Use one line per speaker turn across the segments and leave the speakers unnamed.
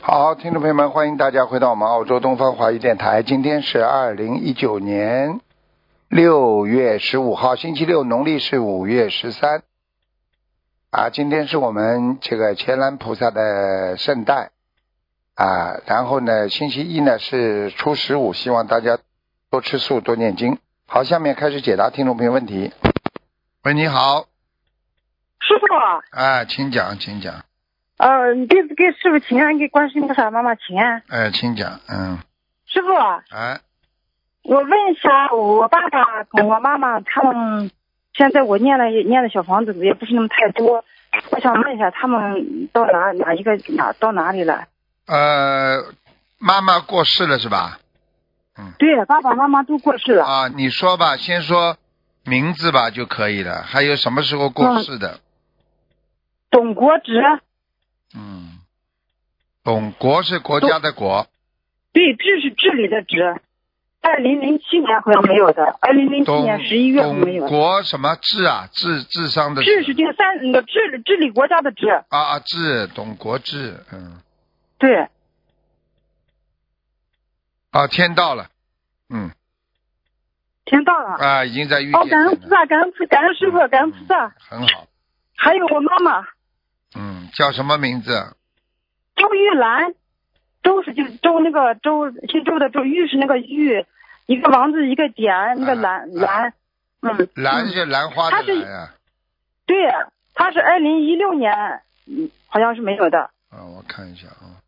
好，听众朋友们，欢迎大家回到我们澳洲东方华语电台。今天是二零一九年六月十五号，星期六，农历是五月十三。啊，今天是我们这个乾兰菩萨的圣诞啊，然后呢，星期一呢是初十五，希望大家多吃素，多念经。好，下面开始解答听众朋友问题。喂，你好，
师傅，
啊，请讲，请讲，
呃，你给给师傅请安，给观世音菩萨妈妈请安。
哎，请讲，嗯，
师傅，我
哎，
问一下，我爸爸跟我妈妈他们，现在我念了念的小房子也不是那么太多，我想问一下他们到哪哪一个哪到哪里了？
呃，妈妈过世了是吧？
对，爸爸妈妈都过世了。
啊，你说吧，先说名字吧就可以了。还有什么时候过世的？
董国植，
嗯，董国是国家的国，
对，治是治理的治。二零零七年好像没有的，二零零七
董
年哎十一月没有
董
的。
国什么智啊？智智商的
治是这个三那个治治理国家的治，
啊啊智，董国智，嗯，
对，
啊天到了，嗯
听到了。
啊已经在遇
哦，
见嗯
感恩菩
了，
萨，感恩菩感恩师傅，感恩菩萨，
很好，
还有我妈妈
嗯，叫什么名字？
周玉兰，周是就是周那个周姓周的周，玉是那个玉，一个王字一个点，
啊
那个兰兰，嗯，
兰
嗯
是兰花
她
的
是
兰呀、
对，她是二零一六年，嗯，好像是没有的，
啊，我看一下啊，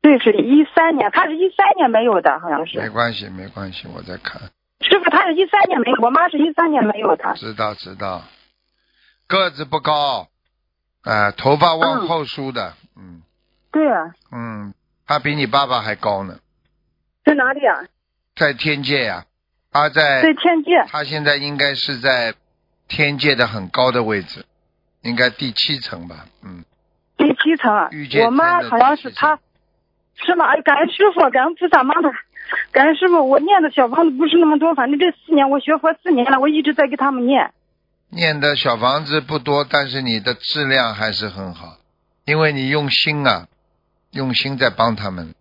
对，是一三年，她是一三年没有的，好像
没
是，
关系没关系，我在看。
师傅她是一三年没有，我妈是一三年没有的，
知道知道，个子不高，呃，头发往后梳的，嗯
对，啊
嗯，他比你爸爸还高呢，
在哪里啊？
在天界呀、他在
在天界，
他现在应该是在天界的很高的位置，应该第七层吧，嗯，
第七层啊
遇见，
我妈
真的
好像
第
是
七层
她，是吗？哎感恩师傅，感恩菩萨妈妈，感恩师傅。我念的小房子不是那么多，反正这四年我学佛四年了，我一直在给他们念。
念的小房子不多，但是你的质量还是很好，因为你用心啊，用心在帮他们，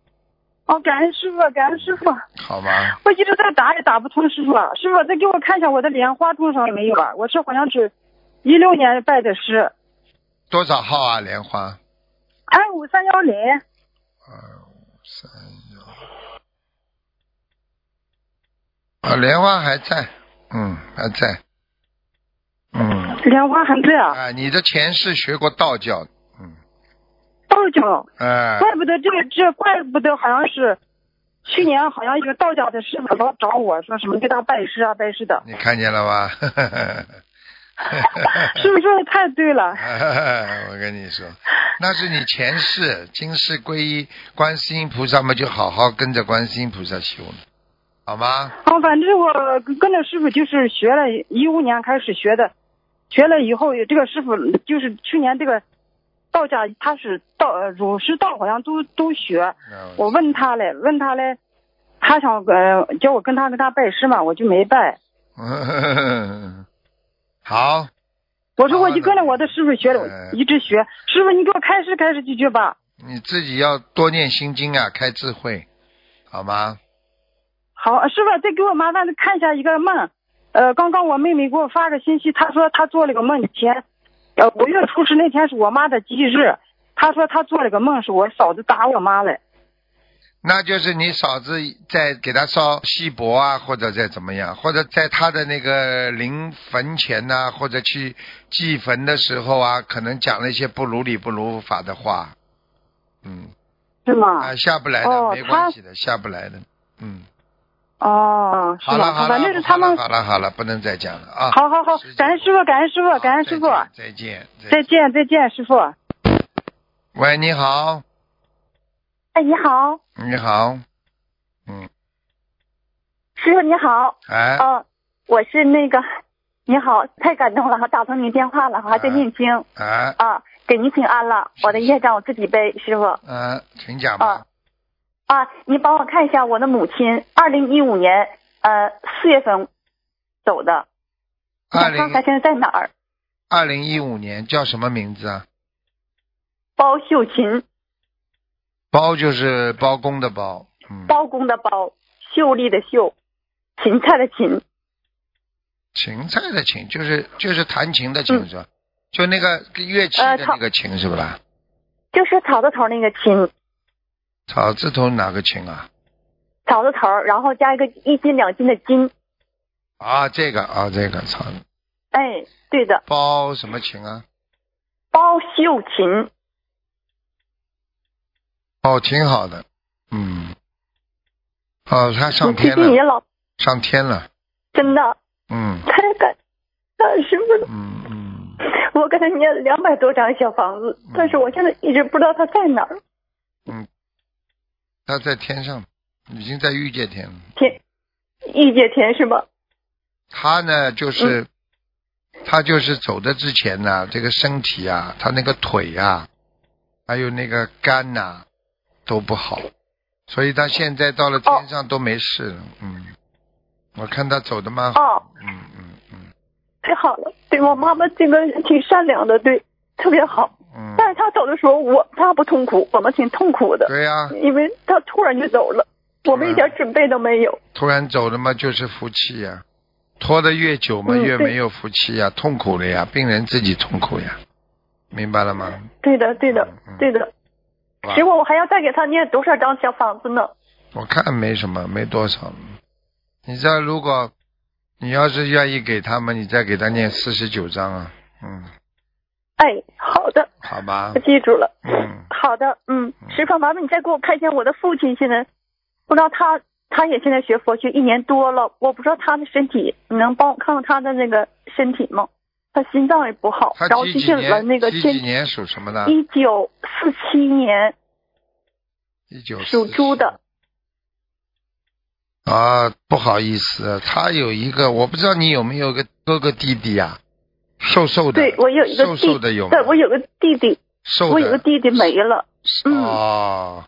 哦，感恩师傅，感恩师傅，
好吗？
我一直在打也打不通师傅，师傅再给我看一下我的莲花种上了没有啊？我是好像是，一六年拜的师，
多少号啊，莲花？
二五三幺零，
三幺。啊，莲花还在，嗯，还在，嗯，
莲花还在啊，
啊，你的前世学过道教，嗯，
道教，
哎、
怪不得这这怪不得好像是，去年好像一个道教的师傅老找我说什么给他拜师啊拜师的。
你看见了吧？
师傅说的太对了，
我跟你说，那是你前世，今世皈依观世音菩萨嘛，就好好跟着观世音菩萨修了，好吗？
啊，反正我跟着师傅就是学了，一五年开始学的，学了以后，这个师傅就是去年这个道家，他是道呃儒释道好像都都学。
那
我问他嘞，问他嘞，他想呃叫我跟他跟他拜师嘛，我就没拜。
好，
我说
哦
我就跟着我的师傅学了，
哎
我一直学。师傅，你给我开始开始几句吧。
你自己要多念心经啊，开智慧，好吗？
好，师傅再给我麻烦地看一下一个梦。呃，刚刚我妹妹给我发个信息，她说她做了个梦，前呃五月初十那天是我妈的忌日，她说她做了个梦，是我嫂子打我妈嘞。
那就是你嫂子在给他烧锡箔啊，或者在怎么样，或者在他的那个临坟前呐、或者去祭坟的时候啊，可能讲了一些不如理不如法的话，嗯，
是吗
啊，？下不来的，
哦
没关系的，下不来的，嗯，
哦，是
好了好了，
吗？反正是他们。
好了好了好了，不能再讲了啊，
好好好
时间，
感恩师傅，感恩师傅，感恩师傅，
好再见再见，
再见再见，师傅。
喂，你好，
哎，你好，
你好，嗯，
师傅你好，
哎，
哦，我是那个，你好，太感动了，哈，打通您电话了，哈，还在念经
哎，
啊，给您请安了，我的业障我自己背，师傅
嗯，请讲吧
啊，啊，您帮我看一下我的母亲，二零一五年呃四月份走的，我
二
想看
零
看现在在哪儿？
二零一五年叫什么名字啊？
包秀琴，
包就是包公的包，嗯，
包公的包，秀丽的秀，芹菜的芹，
芹菜的芹就是就是弹琴的琴是
嗯
吧？就那个乐器
呃
的那个琴是不啦？
就是草字头那个芹，
草字头哪个琴啊？
草字头，然后加一个一斤两斤的斤。
啊，这个啊，这个草
哎，对的，
包什么琴啊？
包秀琴，
哦，挺好的，嗯，哦，他上
我最
天
近也
了，
老
上天了，
真的
嗯
太感，但是不是
嗯嗯，
我给他念了两百多张小房子，但是我现在一直不知道他在哪儿。
他在天上，已经在御界天了。
天，易界天是吧？
他呢，就是、
嗯
他就是走的之前呢、这个身体啊，他那个腿啊，还有那个肝呐、都不好，所以他现在到了天上都没事了。嗯，我看他走的蛮好。
哦，
嗯嗯嗯
太好了，对我妈妈这个人挺善良的，对，特别好。
嗯，
但是她走的时候，我她不痛苦，我们挺痛苦的，
对呀、
因为她突然就走了，我们一点准备都没有。
突然走了嘛，就是福气呀、拖得越久嘛，
嗯
越
对
没有福气呀、痛苦了呀，病人自己痛苦呀，明白了吗？
对的，对的
嗯嗯，
对的。
好吧
结果我还要再给她念多少张小房子呢？
我看没什么，没多少。你知道，如果你要是愿意给他们，你再给他念四十九章啊，嗯，
哎，好的，
好吧
我，记住了。
嗯，
好的，嗯，石头麻烦你再给我看一下我的父亲现在，不知道他他也现在学佛学一年多了，我不知道他的身体，你能帮我看看他的那个身体吗？他心脏也不好，
他
然后
几
最
几
近闻
年？
那个
几几
天，
年属什么的？
一九四七年
一九
属猪
哦
的。
啊，不好意思，他有一个，我不知道你有没有个哥哥弟弟呀、瘦瘦的，
对我有一个
瘦
弟，
瘦的有吗？
对我有个弟弟，
瘦的，
我有个弟弟没了，嗯
哦，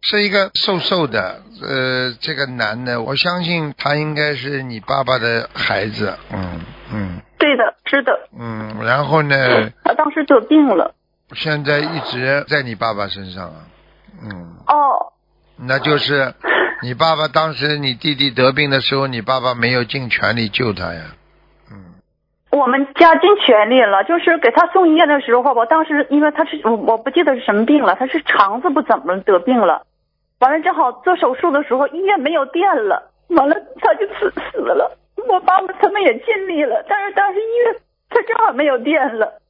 是一个瘦瘦的，呃，这个男的，我相信他应该是你爸爸的孩子，嗯嗯
对的，是的，
嗯，然后呢，
他当时得病了，
现在一直在你爸爸身上啊，嗯，
哦，
那就是你爸爸当时你弟弟得病的时候，你爸爸没有尽全力救他呀，嗯，
我们家尽全力了，就是给他送医院的时候吧，我当时因为他是我我不记得是什么病了，他是肠子不怎么得病了，完了正好做手术的时候医院没有电了，完了他就死死了。我爸爸他们也尽力了，但是当时医院他正好没有电了，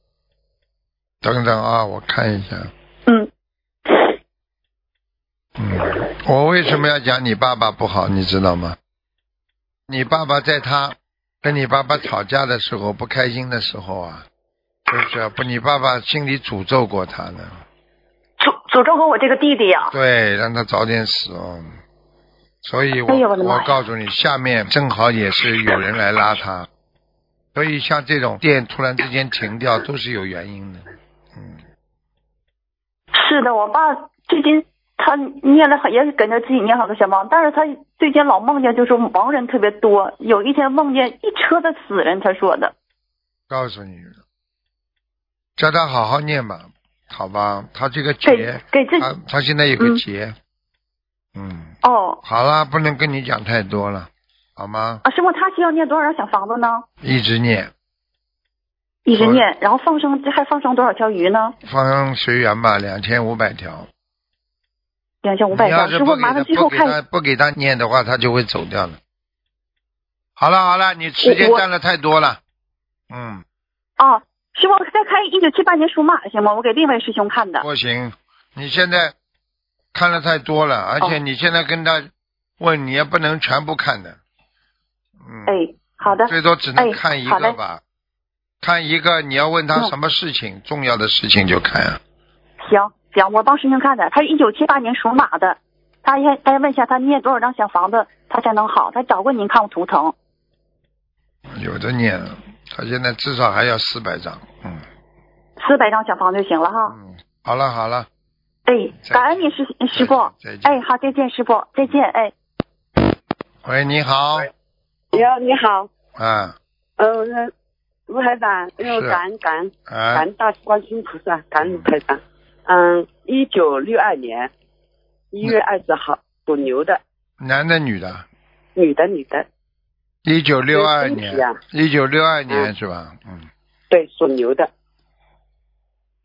等等啊，我看一下，
嗯，
嗯，我为什么要讲你爸爸不好，你知道吗？你爸爸在他跟你爸爸吵架的时候，不开心的时候啊，就是啊不，你爸爸心里诅咒过他呢，
诅诅咒过我这个弟弟呀、
对，让他早点死哦。所以我、
哎呦我的妈
我
呀
告诉你，下面正好也是有人来拉他，所以像这种店突然之间停掉都是有原因的。嗯，
是的，我爸最近他念了很，也是跟着自己念好多小猫，但是他最近老梦见就是亡人特别多，有一天梦见一车的死人，他说的。
告诉你，叫他好好念吧，好吧，他这个劫。
给自己
他他现在有个
嗯
结，嗯，
哦
好啦，不能跟你讲太多了，好吗？
啊，师傅，他需要念多少张小房子呢？
一直念，
一直念，然后放生，这还放生多少条鱼呢？
方随缘吧，两千五百条。
两千五
你
百
要
张。
是
师
不
傅，
给
麻
他
烦最
不
后
给
看
他不给他念的话，他就会走掉了。好了好了，你时间
我我
占了太多了，嗯，
啊，师傅再看一九七八年属马行吗？我给另外师兄看的。
不行，你现在看了太多了，而
哦
且你现在跟他问，你也不能全部看的，嗯，
哎，好的，
最多只能
哎
看一
好
个
嘞嗯
吧。看一个，你要问他什么事情，重要的事情就看啊。
行行，我帮师兄看的。他是一九七八年属马的，他先大家问一下他念多少张小房子，他才能好。他找过您看过图腾。
有的念了，他现在至少还要四百张。嗯
四百张小房就行了哈。
嗯，好了好了，
哎，
嗯再
感恩你师师傅。
再见。
哎，好，再见，师傅，再见，哎。
喂，你好，
哟，你好，
啊
呃，那吴台长，又
是
感恩感恩感
啊，
嗯恩大慈观世音菩萨，感恩台长。嗯，一九六二年一月二十号，属牛的，
男的女的？
女的，女的，
一九六二
身体
年
啊，
一九六二年是吧？嗯，
对，属牛的，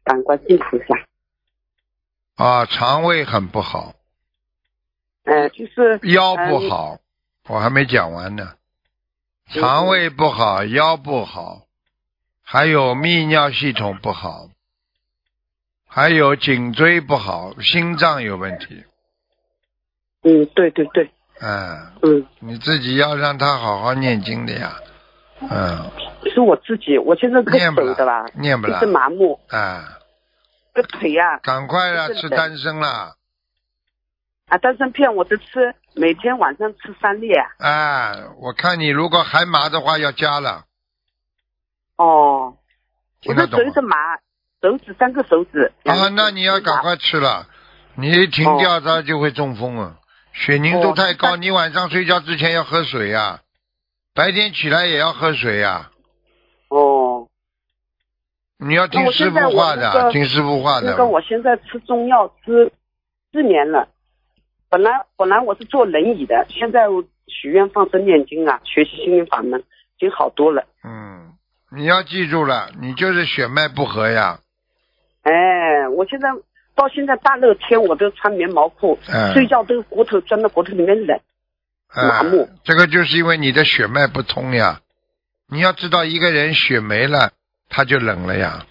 感官净菩萨，
啊，肠胃很不好，
嗯，就是
腰不
哎
好，我还没讲完呢。
嗯
肠胃不好，腰不好，还有泌尿系统不好，还有颈椎不好，心脏有问题。
嗯，对对对，
嗯，
嗯，
你自己要让他好好念经的呀。嗯，
是我自己，我现在这
念
个
不
手的
了
吧，，
念不
就
了
是，麻木，
啊，
这腿呀
赶快啦，
不是
吃
的
丹参啦，
啊，丹参片我都吃，每天晚上吃三粒啊，
啊，我看你如果还麻的话，要加了，
哦，
听
我
得
的
懂
手
吗
指？麻，手指三个手指。两
啊，
个
那
手
你
指
要赶
麻
快吃了，你一停掉它就会中风啊。血凝度
哦
太高，
那
你晚上睡觉之前要喝水呀、白天起来也要喝水呀、
哦，
你要听
那我
师
哦现在
傅话
我那
的，
个
听师傅话
那
的。
个我现在吃中药吃四年了，本来本来我是坐轮椅的，现在我许愿放生念经啊，学习心灵法门，已经好多了。
嗯，你要记住了，你就是血脉不和呀。
哎，我现在到现在大热天我都穿棉毛裤，
嗯
睡觉都骨头钻到骨头里面冷。
啊
麻木，
这个就是因为你的血脉不通呀。你要知道，一个人血没了，他就冷了呀。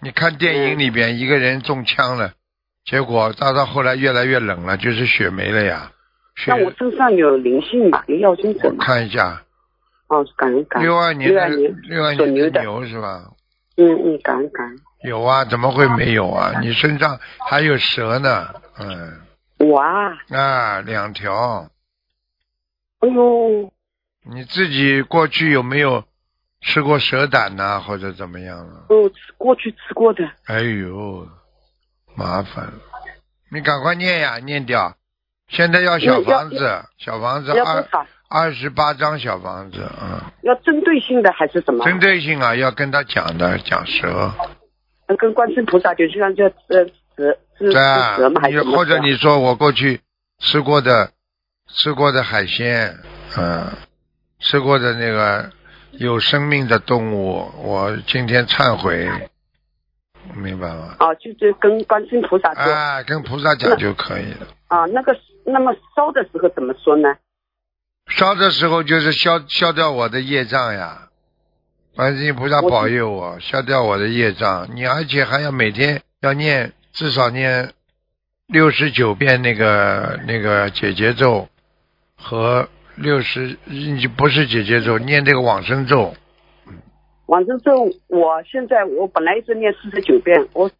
你看电影里
嗯
边，一个人中枪了，结果到到后来越来越冷了，就是血没了呀。血
那我身上有灵性嘛，有药精者
我
嘛？
看一下，
哦，感恩感恩。
六二年的
年，
六二
属
年
牛
的
的。
牛是吧？
嗯嗯，感恩感恩。
有啊，怎么会没有啊？你身上还有蛇呢，嗯，
哇，
啊，两条。
哎呦，
你自己过去有没有吃过蛇胆呐、或者怎么样啊？
我哦吃过去吃过的。
哎呦，麻烦了！你赶快念呀，念掉。现在要小房子，小房子
要多
二
少？
二十八张小房子，嗯，
要针对性的还是什么？
针对性啊，要跟他讲的，讲蛇，
呃跟观世菩萨就是像这呃蛇是是
对啊
蛇吗？还，是
你
什么
或者
蛇
你说我过去吃过的吃过的海鲜，嗯，吃过的那个有生命的动物，我今天忏悔，明白吗？
啊，就是跟观世菩萨说啊
啊，跟菩萨讲就可以了。
那个那么烧的时候怎么说呢？
烧的时候就是消消掉我的业障呀，观世音菩萨
我知
保佑我消掉我的业障。你而且还要每天要念至少念六十九遍那个那个解结咒和六十不是解结咒，念这个往生咒。
往生咒，我现在我本来一直念四十九遍，我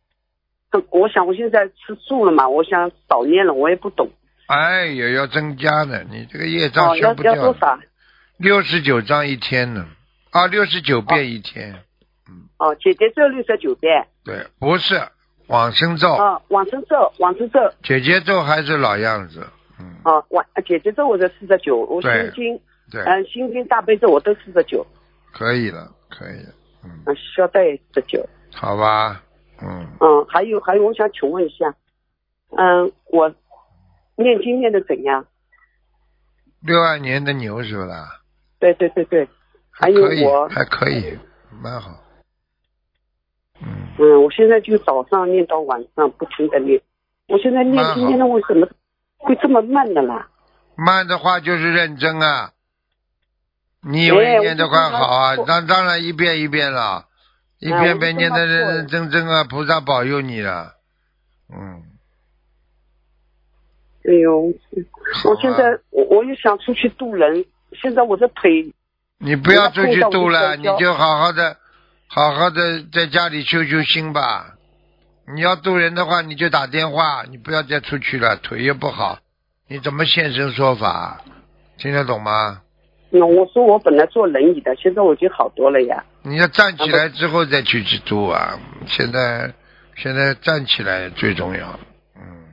我想我现在吃素了嘛，我想少念了，我也不懂
哎，也要增加呢，你这个业
哦，
障消
要
不
要多
掉，
少？
六十九章一天呢，啊，六十九遍一天，
哦，姐姐咒六十九遍，
对，不是往生咒，
哦，往生咒往生咒，
解结咒还是老样子，嗯，
哦，往姐姐咒我是四十九，我心
对
经
对，
嗯、呃心经大悲咒我都四十九，
可以了，可以了，嗯，
嗯消灾四十九。
好吧，嗯，
嗯，还有还有，我想请问一下，嗯，我念经念的怎样？
六二年的牛是不啦？
对对对对，还有
可以
哎我，，哎
还可以，蛮好，嗯，
嗯，我现在就早上念到晚上，不停的念。我现在念
蛮好
经念的为什么会这么慢的啦？
慢的话就是认真啊，你以为
哎
念得
我就
快
知道
好啊？
错
当当然一遍一遍了，一
哎
遍
我就
遍
知
念
道
的
错
认
了
认真真啊，菩萨保佑你了，嗯，
哎呦，我现
好啊
在我我又想出去渡人，现在我的腿，
你不要
我
出
要
去
碰到
度
就
了，
摔
你
跤
就好好的，好好的在家里修修心吧。你要渡人的话，你就打电话，你不要再出去了，腿又不好，你怎么现身说法？听得懂吗？
那嗯我说我本来坐轮椅的，现在我已经好多了呀。
你要站起来之后再去去渡啊！现在现在站起来最重要。嗯，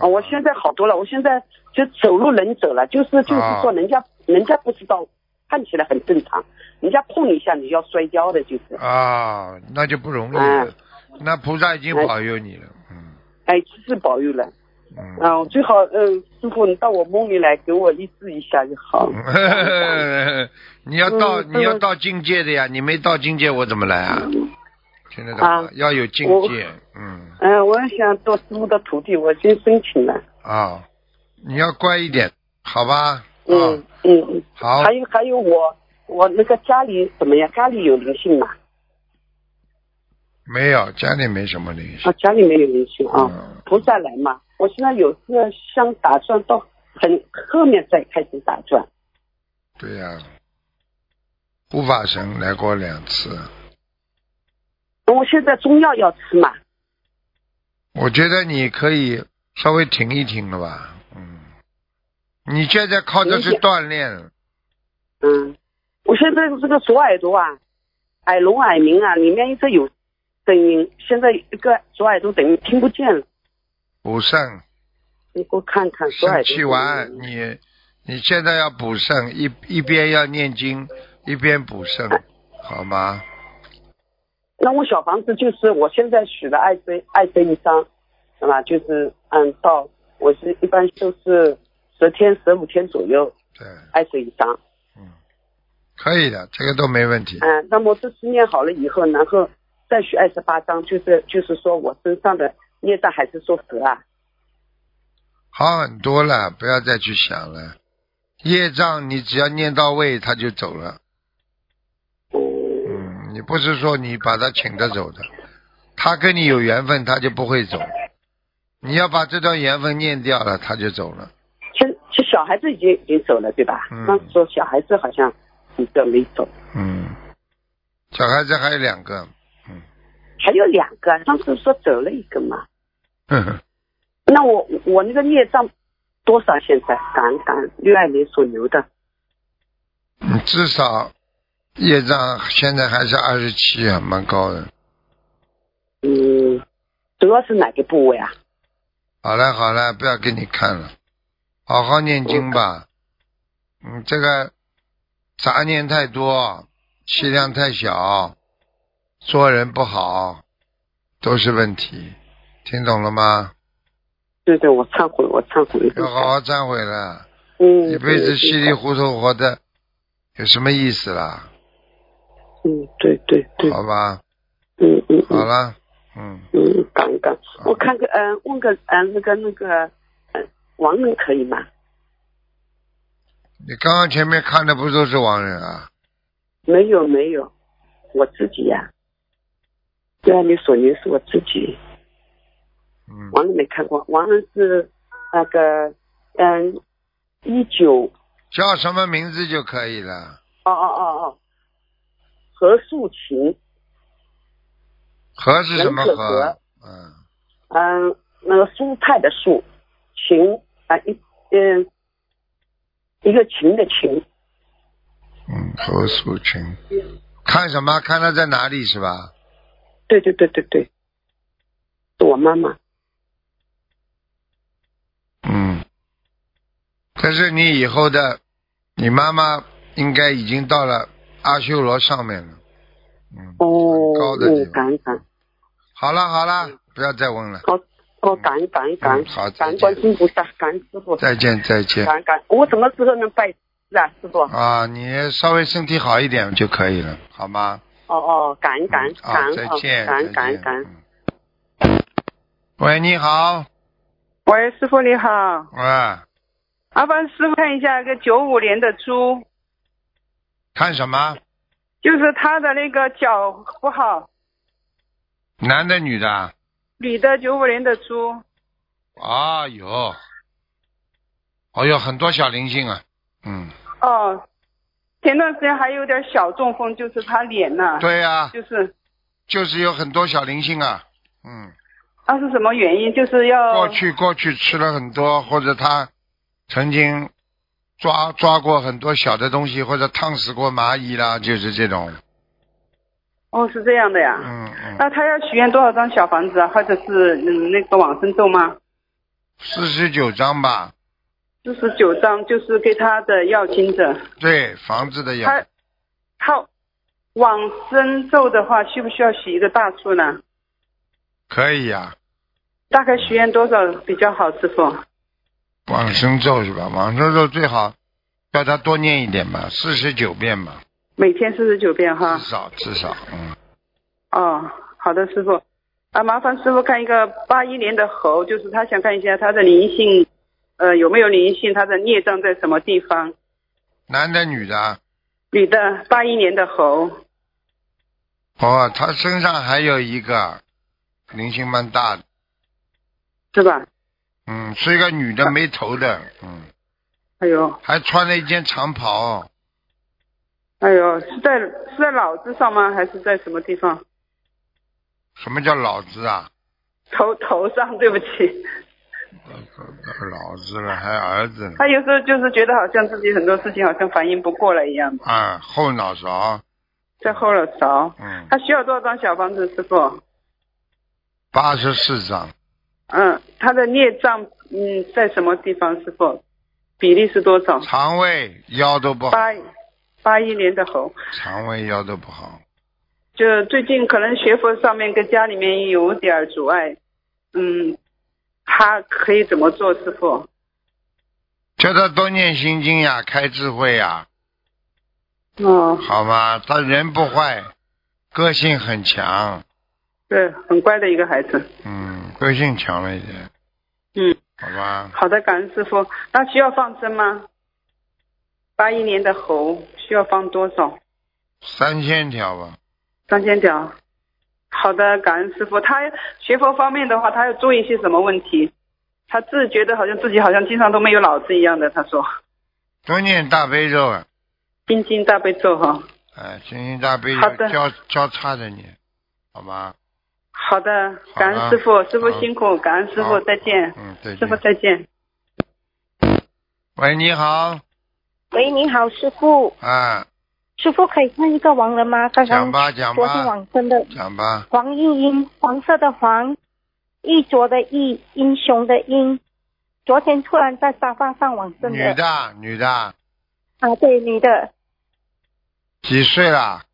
啊，我现在好多了，我现在就走路能走了，
啊
就是就是说人家、人家不知道，看起来很正常，人家碰你一下你要摔跤的，就是，
啊，那就不容易了。
嗯
那菩萨已经保佑你了。嗯，
哎，是保佑了。
嗯，
嗯，最好嗯，师傅你到我梦里来给我励志一下就好。
嗯 你要到
嗯
你要到境界的呀，你没到境界我怎么来啊？听得懂吗
啊？
要有境界，嗯
嗯，我也想做师傅的徒弟，我先申请了。
啊，你要乖一点，好吧？
嗯
啊，
嗯嗯。
好
还，有还有我我那个家里怎么样？家里有灵性吗？
没有家里没什么联系
啊，，家里没有灵性啊，
嗯
菩萨来嘛。我现在有时候想打转到很后面再开始打转。
对呀、护法神来过两次，
我现在中药要吃嘛，
我觉得你可以稍微停一停了吧，嗯，你现在靠的是锻炼，
嗯，我现在这个左耳朵啊，耳聋耳鸣啊，里面一直有声音，现在一个左耳朵等于听不见了。
补肾，
你给我看看左耳
肾
朵。
气丸，你你现在要补肾，一一边要念经，一边补肾，好吗？
那我小房子就是我现在许的爱妃爱妃一张，是吧？就是按到我是一般就是十天十五天左右
对，
爱妃一张，
可以的，这个都没问题。
嗯，那么这次念好了以后，然后再许二十八张，就是就是说我身上的孽障还是说蛇啊，
好很多了，不要再去想了。业障你只要念到位，他就走了。
嗯，
嗯，你不是说你把他请得走的，他跟你有缘分，他就不会走。你要把这段缘分念掉了，他就走了。
其实其实小孩子已经已经走了对吧？
嗯
当时说小孩子好像一个没走，
嗯，小孩子还有两个，
还有两个，上次说走了一个嘛，
呵呵
那我我那个孽障多少？现在感恩感恩，六二年属牛的，
你嗯至少业障现在还是二十七啊，蛮高的。
嗯，主要是哪个部位啊？
好了好了，不要给你看了，好好念经吧。嗯，这个杂念太多，气量太小，做人不好，都是问题。听懂了吗？
对对，我忏悔，我忏悔。
要好好忏悔了，
嗯，
哦一辈子
对
稀里。糊涂活的，有什么意思啦？
嗯，对对对，
好啊吧，
嗯嗯
好
嗯
了，嗯，
嗯，感恩感恩。
好
我看个嗯、问个嗯、呃那个那个呃王人可以吗？
你刚刚前面看的不都是亡人啊？
没有没有，我自己呀、对啊，你所牛是我自己，
嗯，
王人没看过，王人是那个嗯一九。19
叫什么名字就可以了。
哦哦哦哦，何素琴，
和是什么
人可和
和？嗯。
嗯、那个蔬菜的素，芹啊、一嗯、一个芹的芹，
嗯，何素琴，看什么？看他在哪里是吧？
对对对对对，是我妈妈，
嗯。可是你以后的，你妈妈应该已经到了阿修罗上面了。嗯。
哦
很高，的地
嗯，
方。
感恩感恩，
好了好了，
嗯
不要再问了。
好，哦，感恩感恩感恩，
嗯好再见
感恩观世音菩萨，感恩师傅，
再见再见
感。恩感恩，我什么时候能拜师啊，师傅？哦
啊，你稍微身体好一点就可以了，好吗？
哦，感恩感恩
嗯
感
啊，
恩
再
哦
见，
感
再
恩
见
感恩感
嗯
恩。
喂，你好，
喂，师傅你好，
啊，
麻烦师傅看一下一个九五年的猪，
看什么？
就是他的那个脚不好，
男的女的啊？
女的九五年的猪，
啊，有，哦，有很多小灵性啊，嗯，
哦，前段时间还有点小中风，就是他脸呐、
对呀、
就是
就是有很多小灵性啊，嗯，
那、是什么原因？就是要
过去过去吃了很多，或者他曾经抓抓过很多小的东西，或者烫死过蚂蚁啦，就是这种，
哦，是这样的呀。
嗯嗯，
那他要许愿多少张小房子啊？或者是嗯那个往生咒吗？
四十九章吧，
四十九张，就是给他的要经者。
对，房子的要
他他往生咒的话，需不需要许一个大数呢？
可以呀、啊
大概许愿多少比较好，师傅？
往生咒是吧？往生咒最好叫他多念一点吧，四十九遍吧，
每天四十九遍哈
至。少至少，嗯，
哦，好的，师傅。啊，麻烦师傅看一个八一年的猴，就是他想看一下他的灵性，呃，有没有灵性，他的孽障在什么地方？
男的女的啊，
女的，八一年的猴。
哦，他身上还有一个灵性蛮大的，
是吧？
嗯，是一个女的没头的，嗯，
哎呦，
还穿了一件长袍，
哎呦，是在是在脑子上吗？还是在什么地方？
什么叫老子啊？
头头上， 对不起。
老子了，还儿子呢，
他有时候就是觉得好像自己很多事情好像反应不过来一样，
啊，后脑勺，
在后脑勺。
嗯，
他需要多少张小房子，师傅？
八十四张，
嗯，他的孽障嗯在什么地方，师傅？比例是多少？
肠胃腰都不好，
八八一年的猴，
肠胃腰都不好，
就最近可能学佛上面跟家里面有点儿阻碍，嗯，他可以怎么做，师傅？
叫他多念心经呀，开智慧呀，
哦，
好吗？他人不坏，个性很强，
对，很乖的一个孩子。
嗯，个性强了一点，
嗯，
好吧？
好的，感恩师傅。那需要放生吗？八一年的猴需要放多少？
三千条吧，
张千条。好的，感恩师傅。他学佛方面的话，他要注意些什么问题？他自觉得好像自己好像经常都没有脑子一样的。他说
多念大悲咒啊，
心经大悲咒哈。
哎，心经大悲
好
咒
的
交交叉着念，好吗？
好的，
好
感
啊
恩师傅，师傅
好
辛苦，感恩师
好
傅，再见，
嗯，对。
师傅再见。
喂，你好，
喂，你好，师傅，
啊，
师傅可以看一个亡人吗？刚
讲
刚
吧，讲
昨天
吧，
往生的
讲吧，
黄莺莺，黄色的黄，玉镯的玉，英雄的英。昨天突然在沙发上往生
女
的
的，女的，
啊，对，女的，
几岁了？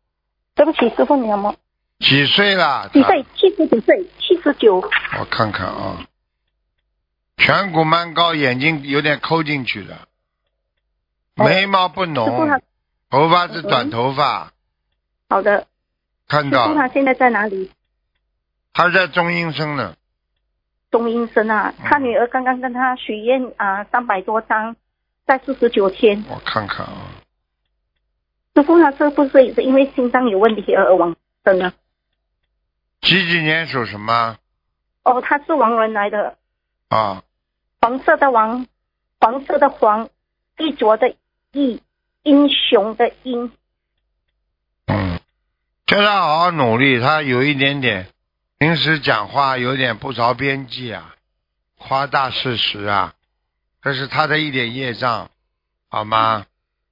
对不起，师傅，你好吗？
几岁了？
几岁？七十几岁，七十九。
我看看啊，颧骨蛮高，眼睛有点抠进去的，
哦
眉毛不
师傅
浓，
他，
头发是短头发，
好的，
看
师
到
傅
了
他现在在哪里？
他在中阴身呢，
中医生啊，
嗯
他女儿刚刚跟他许愿啊，三百多张，在四十九天。
我看看啊，
师傅他是不是也是因为心脏有问题而往生啊呢？
几几年属什么
哦，他是王人来的，
啊？
黄色的王，黄色的黄，玉镯的玉，英雄的英。
嗯，叫他好好努力，他有一点点，平时讲话有点不着边际啊，夸大事实啊，这是他的一点业障，好吗？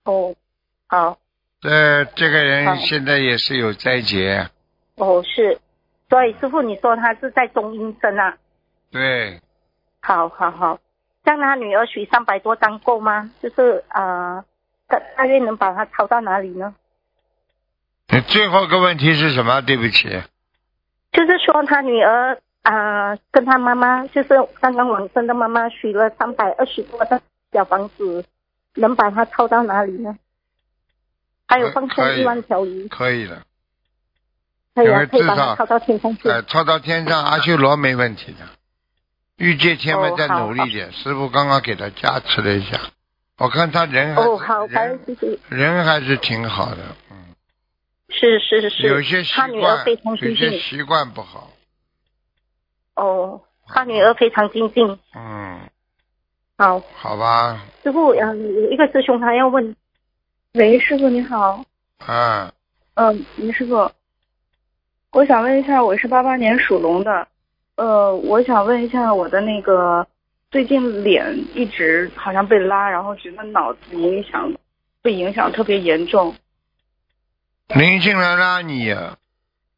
哦，好，
这这个人
好
现在也是有灾劫，
哦是，所以师傅你说他是在中阴身啊？
对，
好好好，像他女儿许三百多张够吗？就是呃，大大约能把它抄到哪里呢？
你最后一个问题是什么？对不起，
就是说他女儿啊、呃跟他妈妈，就是刚刚往生的妈妈许了三百二十多的小房子，能把它抄到哪里呢？还有放
可
生
以
一万条鱼，
可以了，
可以哎
因
啊，
为
可以
至
把它
少
抄到天上去。
呃，超到天上阿修罗没问题的，欲界天门
哦
再
好
努力一点。师傅刚刚给他加持了一下，我看他人还
哦，好，感
人
恩谢谢。
人还是挺好的，嗯，
是是是，
有些习
他女儿
惯
非
有
常精
些
进。
习惯不好，
哦，他女儿非常精进。
嗯，
好，
好吧，
师傅，嗯，有一个师兄他要问，
喂，师傅你好，
啊，
嗯，林师傅，我想问一下，我是八八年属龙的，呃，我想问一下我的那个最近脸一直好像被拉，然后觉得脑子影响被影响特别严重，
灵性来拉啊你，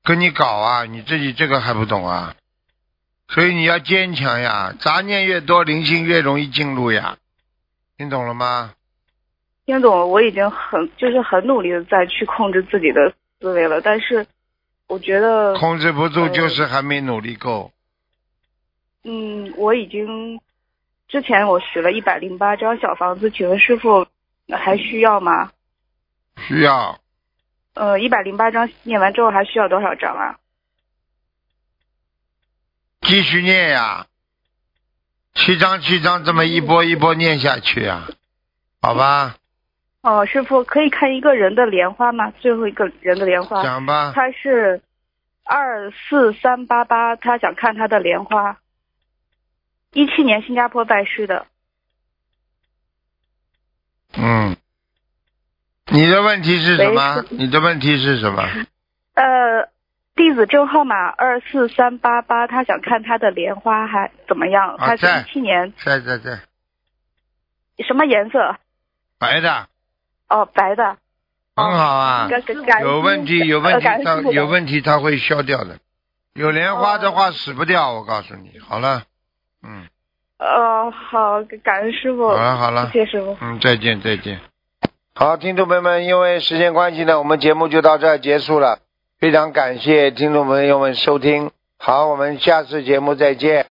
跟你搞啊，你自己这个还不懂啊，所以你要坚强呀，杂念越多，灵性越容易进入呀，听懂了吗？
听懂了，我已经很就是很努力的在去控制自己的思维了，但是我觉得
控制不住就是还没努力够，
嗯，我已经之前我许了一百零八张小房子，请问师傅还需要吗？
需要
呃，一百零八张念完之后还需要多少张啊？
继续念呀、七张七张这么一波一波念下去啊，好吧，
哦，师傅可以看一个人的莲花吗？最后一个人的莲花，
讲吧，
他是二四三八八，他想看他的莲花。一七年新加坡拜师的，
嗯，你的问题是什么
喂？
你的问题是什么？
呃，弟子证号码二四三八八，他想看他的莲花还怎么样？
啊
他是
在
一七年
在在在，
什么颜色？
白的，
哦，白的。
很好啊，
感感感
有问题
恩
有问题
呃感恩
它
师傅
有问题它会消掉的，有莲花
哦
的话死不掉，我告诉你，好了，嗯，
呃，好，感恩师傅
好。了好了。
谢谢师傅。
嗯，再见再见。好，听众朋友们，因为时间关系呢，我们节目就到这儿结束了。非常感谢听众朋友们收听，好，我们下次节目再见。